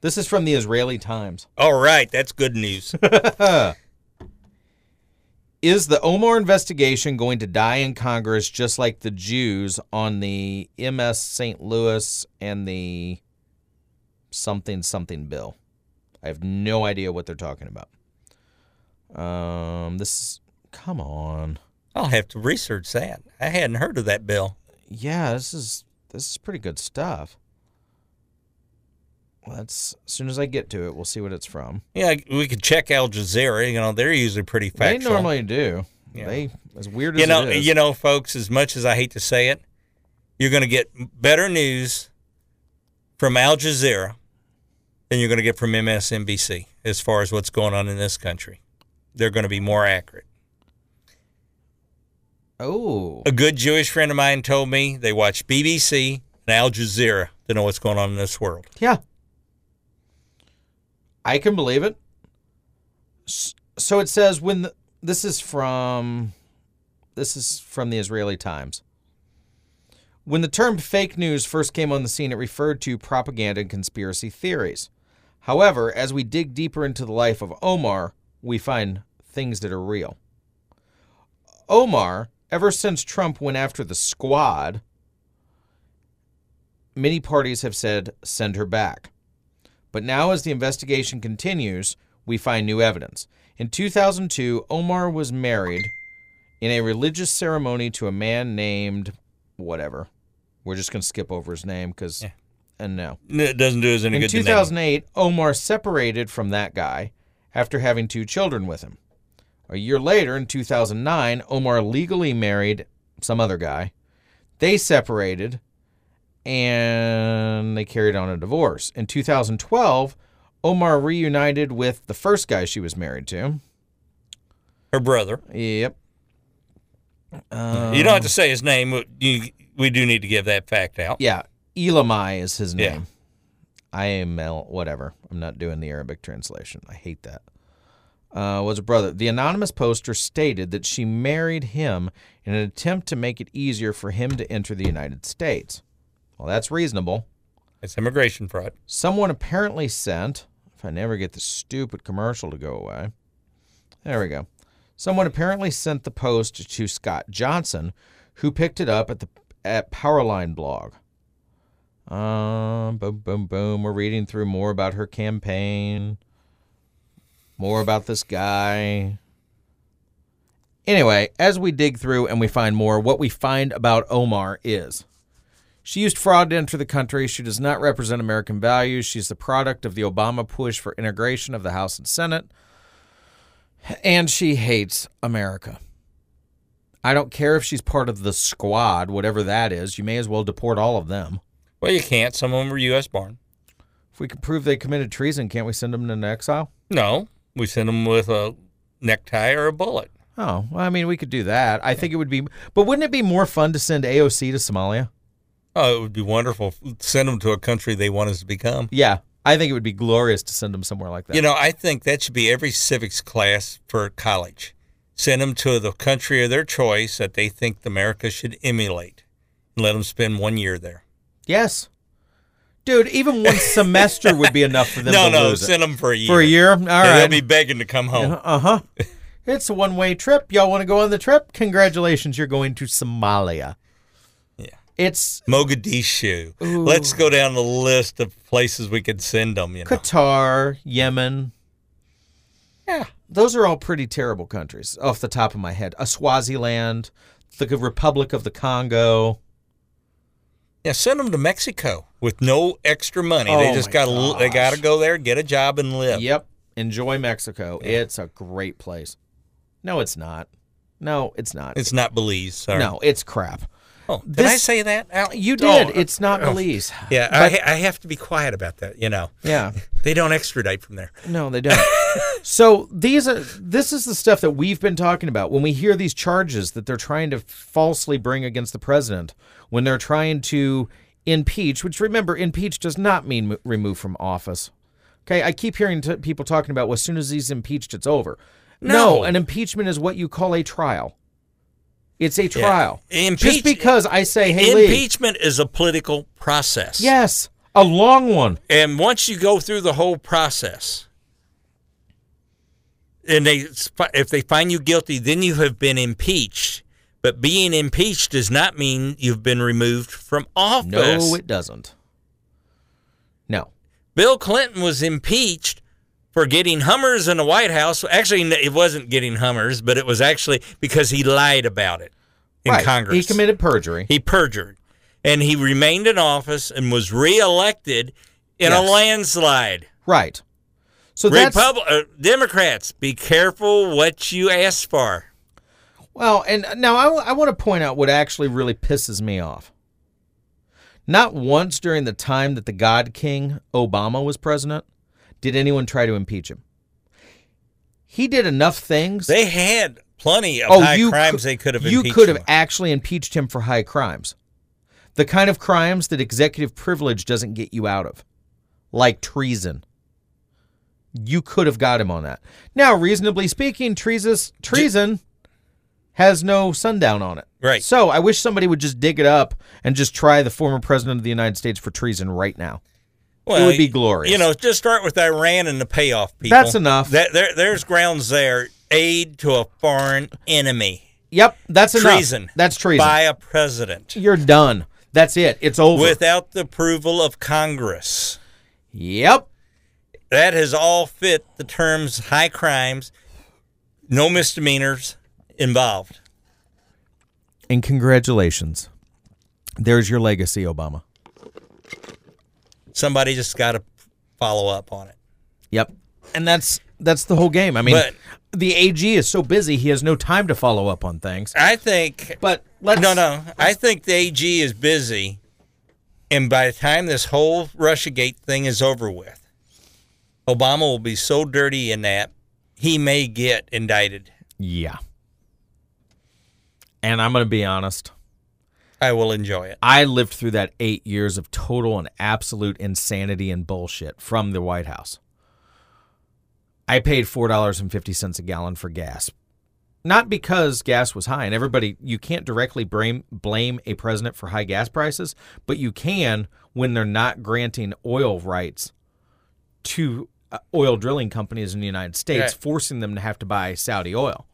S1: this is from the Israeli Times.
S2: All right, that's good news.
S1: Is the Omar investigation going to die in Congress just like the Jews on the MS St. Louis and the something something bill? I have no idea what they're talking about. Um this come on.
S2: I'll have to research that. I hadn't heard of that bill.
S1: Yeah, this is this is pretty good stuff. Let's as soon as I get to it, we'll see what it's from.
S2: Yeah, we could check Al Jazeera. You know, they're usually pretty factual.
S1: They normally do.
S2: Yeah.
S1: They as weird as
S2: you know,
S1: it is.
S2: you know, folks. As much as I hate to say it, you're going to get better news from Al Jazeera than you're going to get from MSNBC as far as what's going on in this country. They're going to be more accurate.
S1: oh,
S2: A good Jewish friend of mine told me they watch BBC and Al Jazeera to know what's going on in this world.
S1: yeah. I can believe it. S- So it says when the, this is from this is from the Israeli Times. When the term fake news first came on the scene, it referred to propaganda and conspiracy theories. However, as we dig deeper into the life of Omar, we find things that are real. Omar, ever since Trump went after the squad, many parties have said send her back. But now, as the investigation continues, we find new evidence. In 2002, Omar was married in a religious ceremony to a man named whatever. We're just going to skip over his name because,
S2: Yeah.
S1: and no.
S2: N- It doesn't do us any
S1: In
S2: good. to name it.
S1: 2008, Omar separated from that guy after having two children with him. A year later, in 2009, Omar legally married some other guy. They separated and they carried on a divorce. In 2012, Omar reunited with the first guy she was married to.
S2: Her brother.
S1: Yep.
S2: you don't have to say his name. but You, we do need to give that fact out.
S1: Yeah, Elamai is his
S2: Yeah.
S1: name. I am El, whatever. I'm not doing the Arabic translation. I hate that. Uh, was a brother. The anonymous poster stated that she married him in an attempt to make it easier for him to enter the United States. Well, that's reasonable.
S2: It's immigration fraud.
S1: Someone apparently sent, if I never get the stupid commercial to go away, there we go. Someone apparently sent the post to Scott Johnson, who picked it up at the at Powerline blog. Um, boom, boom, boom. We're reading through more about her campaign, more about this guy. Anyway, as we dig through and we find more, what we find about Omar is she used fraud to enter the country. She does not represent American values. She's the product of the Obama push for integration of the House and Senate. And she hates America. I don't care if she's part of the squad, whatever that is. You may as well deport all of them.
S2: Well, you can't. Some of them are U.S. born.
S1: If we can prove they committed treason, can't we send them into exile?
S2: No, we send them with a necktie or a bullet.
S1: Oh, well, I mean, we could do that. I think it would be, but wouldn't it be more fun to send AOC to Somalia?
S2: Oh, it would be wonderful. Send them to a country they want us to become.
S1: Yeah, I think it would be glorious to send them somewhere like that.
S2: You know, I think that should be every civics class for college. Send them to the country of their choice that they think America should emulate, and let them spend one year there.
S1: Yes. Dude, even one semester would be enough for them
S2: No,
S1: to
S2: no,
S1: lose it.
S2: send them for a year.
S1: For a year? All right.
S2: And They'll be begging to come home.
S1: Uh huh. It's a one way trip. Y'all want to go on the trip? Congratulations, you're going to Somalia.
S2: Yeah.
S1: It's
S2: Mogadishu. Let's go down the list of places we could send them. You know,
S1: Qatar, Yemen.
S2: Yeah.
S1: Those are all pretty terrible countries off the top of my head. A Swaziland, the Republic of the Congo.
S2: yeah, send them to Mexico with no extra money.
S1: Oh,
S2: they just
S1: my
S2: got to they
S1: gosh.
S2: got to go there, get a job, and live.
S1: Yep. Enjoy Mexico. It's a great place. No, it's not. No, it's not.
S2: It's not Belize. Sorry.
S1: no, it's crap.
S2: Oh, did I
S1: This-
S2: say that? out?
S1: You
S2: Oh, uh,
S1: did. it's not Belize.
S2: yeah. I, ha- I have to be quiet about that. You know,
S1: Yeah.
S2: they don't extradite from there.
S1: No, they don't. so these are this is the stuff that we've been talking about when we hear these charges that they're trying to falsely bring against the president when they're trying to impeach, which remember impeach does not mean mo- remove from office. Okay, I keep hearing t- people talking about well, as soon as he's impeached, it's over.
S2: No.
S1: an impeachment is what you call a trial. It's a trial.
S2: Impeach-
S1: Just because I say, hey, Lee,
S2: Impeachment is a political process.
S1: yes, a long one.
S2: And once you go through the whole process, and they if they find you guilty, then you have been impeached. But being impeached does not mean you've been removed from office.
S1: No, it doesn't. No.
S2: Bill Clinton was impeached for getting Hummers in the White House. Actually, n- it wasn't getting Hummers, but it was actually because he lied about it in
S1: Right.
S2: Congress.
S1: He committed perjury.
S2: He perjured. And he remained in office and was reelected in
S1: Yes.
S2: a landslide.
S1: right. So that's
S2: Republic uh, Democrats, be careful what you ask for.
S1: well, and now I, want to point out what actually really pisses me off. Not once during the time that the God King Obama was president did anyone try to impeach him. He did enough things.
S2: They had plenty of high crimes
S1: cou-
S2: they could have
S1: Oh, You
S2: impeached.
S1: could have
S2: him on.
S1: actually impeached him for high crimes. The kind of crimes that executive privilege doesn't get you out of, like treason. You could have got him on that. Now, reasonably speaking, treasus, treason has no sundown on it.
S2: Right.
S1: So I wish somebody would just dig it up and just try the former president of the United States for treason right now.
S2: Well,
S1: would be glorious.
S2: You know, just start with Iran and the payoff people.
S1: That's enough.
S2: That, there, there's grounds there. Aid to a foreign enemy
S1: Yep, that's enough.
S2: Treason.
S1: That's treason.
S2: by a president
S1: You're done. That's it. It's over.
S2: without the approval of Congress.
S1: yep.
S2: That has all fit the terms high crimes, no misdemeanors involved.
S1: And congratulations. There's your legacy, Obama.
S2: Somebody just got to follow up on it.
S1: Yep. And that's that's the whole game. I mean,
S2: But-
S1: the AG is so busy he has no time to follow up on things.
S2: I think
S1: But let's
S2: No, no. I think the AG is busy, and by the time this whole RussiaGate thing is over with, Obama will be so dirty in that he may get indicted.
S1: Yeah. And I'm going to be honest.
S2: I will enjoy it.
S1: I lived through that eight years of total and absolute insanity and bullshit from the White House. I paid $4.50 a gallon for gas. Not because gas was high, and everybody, you can't directly blame, blame a president for high gas prices, but you can when they're not granting oil rights to uh, oil drilling companies in the United States,
S2: Right.
S1: forcing them to have to buy Saudi oil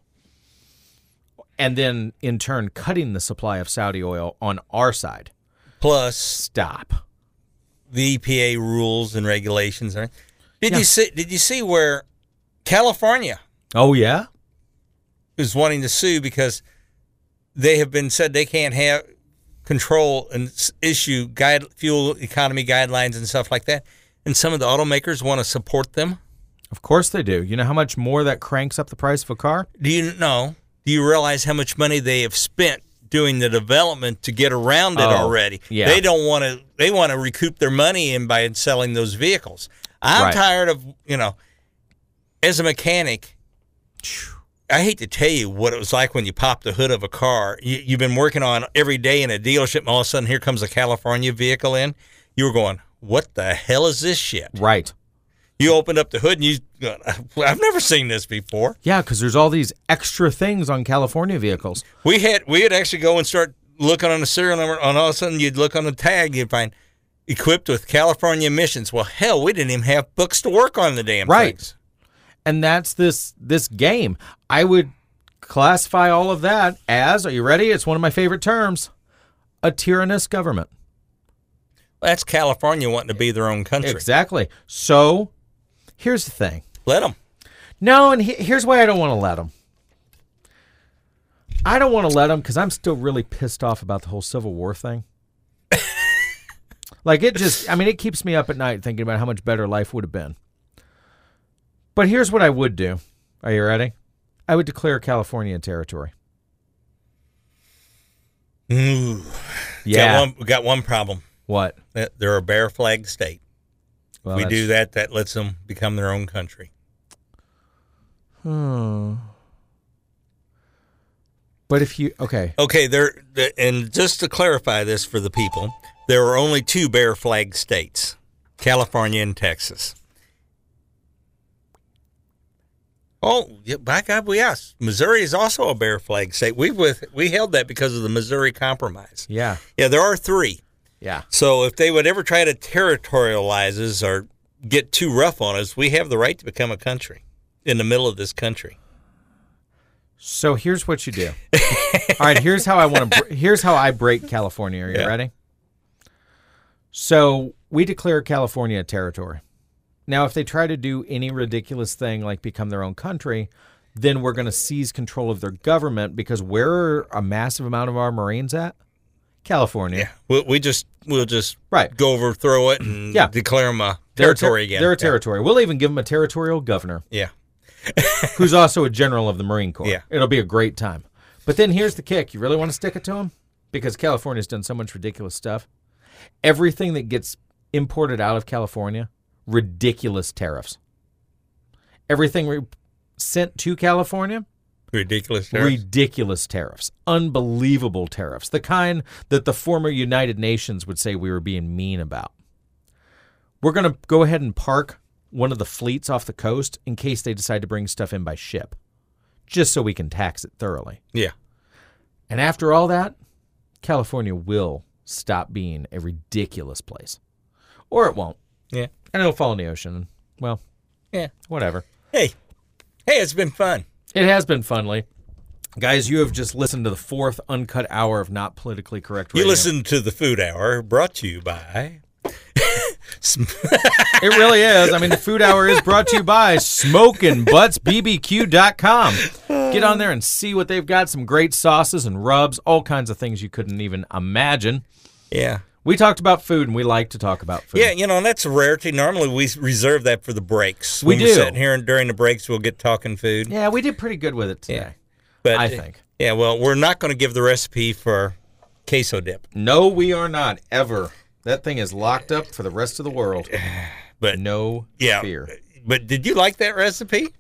S1: and then in turn cutting the supply of Saudi oil on our side.
S2: Plus
S1: Stop.
S2: the EPA rules and regulations. and everything. Did you see? Did you see where California
S1: Oh yeah.
S2: is wanting to sue because they have been said they can't have control and s- issue guide fuel economy guidelines and stuff like that. And some of the automakers want to support them.
S1: Of course they do. You know how much more that cranks up the price of a car?
S2: Do you know? Do you realize how much money they have spent doing the development to get around it
S1: Oh,
S2: already?
S1: yeah.
S2: They don't want to. They want to recoup their money in by selling those vehicles. I'm
S1: Right.
S2: tired of you know, as a mechanic. I hate to tell you what it was like when you popped the hood of a car. You, you've been working on every day in a dealership, and all of a sudden here comes a California vehicle in. You were going, "What the hell is this shit?"
S1: Right.
S2: You opened up the hood and you, I've never seen this before.
S1: Yeah, because there's all these extra things on California vehicles.
S2: We had we would actually go and start looking on the serial number, and all of a sudden you'd look on the tag, you'd find equipped with California missions. Well, hell, we didn't even have books to work on the damn
S1: Right.
S2: things.
S1: And that's this this game. I would classify all of that as, are you ready? It's one of my favorite terms. A tyrannous government.
S2: That's California wanting to be their own country.
S1: Exactly. So here's the thing.
S2: Let them.
S1: No, and he- here's why I don't want to let him. I don't want to let him because I'm still really pissed off about the whole Civil War thing. like it just, I mean, it keeps me up at night thinking about how much better life would have been. But here's what I would do. Are you ready? I would declare California a territory.
S2: Ooh,
S1: Yeah.
S2: Got one, got one problem.
S1: What?
S2: That They're a bear flag state.
S1: Well,
S2: we
S1: that's-
S2: do that, that lets them become their own country.
S1: Hmm. But if you okay,
S2: Okay, there. the- And just to clarify this for the people, there are only two bear flag states: California and Texas. Oh, yeah, by God, we asked. Missouri is also a bear flag state. We with we held that because of the Missouri Compromise.
S1: yeah,
S2: Yeah, there are three.
S1: yeah,
S2: So if they would ever try to territorialize us or get too rough on us, we have the right to become a country in the middle of this country.
S1: So here's what you do. All right, here's how I want to. Here's how I break California. Are you
S2: Yeah.
S1: ready? So we declare California a territory. Now, if they try to do any ridiculous thing like become their own country, then we're going to seize control of their government because where are a massive amount of our Marines at? California.
S2: We, we just we'll just
S1: Right.
S2: go overthrow it and
S1: Yeah.
S2: declare them a
S1: They're a ter-
S2: territory again.
S1: They're
S2: Yeah.
S1: a territory. We'll even give them a territorial governor.
S2: Yeah.
S1: who's also a general of the Marine Corps.
S2: Yeah.
S1: It'll be a great time. But then here's the kick. You really want to stick it to him? Because California's done so much ridiculous stuff. Everything that gets imported out of California, ridiculous tariffs. Everything re- sent to California,
S2: Ridiculous. tariffs.
S1: ridiculous tariffs. Unbelievable tariffs. The kind that the former United Nations would say we were being mean about. We're going to go ahead and park one of the fleets off the coast in case they decide to bring stuff in by ship, just so we can tax it thoroughly.
S2: yeah.
S1: And after all that, California will stop being a ridiculous place. Or it won't.
S2: Yeah.
S1: And it'll fall in the ocean. Well,
S2: Yeah.
S1: whatever.
S2: Hey. Hey, it's been fun.
S1: It has been funly. Guys, you have just listened to the fourth uncut hour of Not Politically Correct Radio.
S2: You listened to the Food Hour brought to you by
S1: It really is. I mean, the food hour is brought to you by SmokingButtsBBQ.com. Get on there and see what they've got. Some great sauces and rubs, all kinds of things you couldn't even imagine.
S2: Yeah.
S1: We talked about food, and we like to talk about food.
S2: Yeah, you know, and that's a rarity. Normally, we reserve that for the breaks.
S1: We
S2: when
S1: do.
S2: We're sitting here, and during the breaks, we'll get talking food.
S1: Yeah, we did pretty good with it today.
S2: but
S1: I think.
S2: Yeah, well, we're not going to give the recipe for queso dip,
S1: No, we are not ever. That thing is locked up for the rest of the world.
S2: but
S1: No
S2: yeah.
S1: fear.
S2: But did you like that recipe?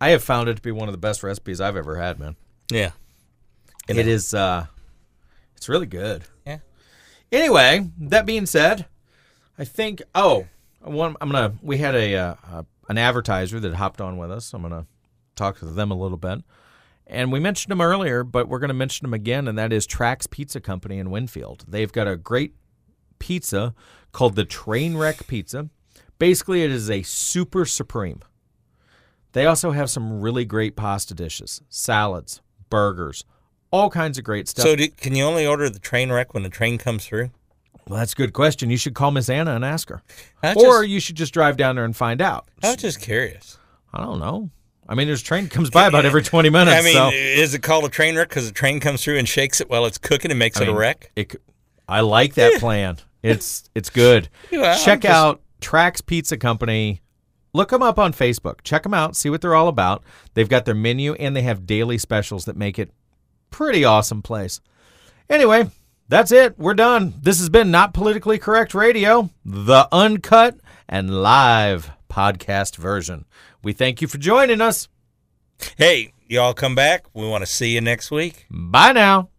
S1: I have found it to be one of the best recipes I've ever had, man.
S2: yeah. You
S1: It
S2: know.
S1: is. uh It's really good.
S2: Yeah.
S1: Anyway, that being said, I think. Oh, I want- I'm gonna. We had a, uh uh an advertiser that hopped on with us. I'm gonna talk to them a little bit, and we mentioned them earlier, but we're gonna mention them again, and that is Trax Pizza Company in Winfield. They've got a great pizza called the Trainwreck Pizza. Basically, it is a super supreme. They also have some really great pasta dishes, salads, burgers, all kinds of great stuff.
S2: So do, can you only order the train wreck when the train comes through?
S1: Well, that's a good question. You should call Miss Anna and ask her.
S2: I was
S1: Or
S2: just,
S1: you should just drive down there and find out.
S2: I was just curious.
S1: I don't know. I mean, there's a train that comes by about every 20 minutes.
S2: I mean,
S1: so
S2: is it called a train wreck because the train comes through and shakes it while it's cooking and makes it
S1: mean,
S2: a wreck?
S1: It, c- I like that plan. It's it's good.
S2: Yeah, I'm
S1: Check
S2: just-
S1: out Trax Pizza Company. Look them up on Facebook. Check them out. See what they're all about. They've got their menu and they have daily specials that make it pretty awesome place. Anyway, that's it. We're done. This has been Not Politically Correct Radio, the uncut and live podcast version. We thank you for joining us.
S2: Hey, y'all come back. We want to see you next week.
S1: Bye now.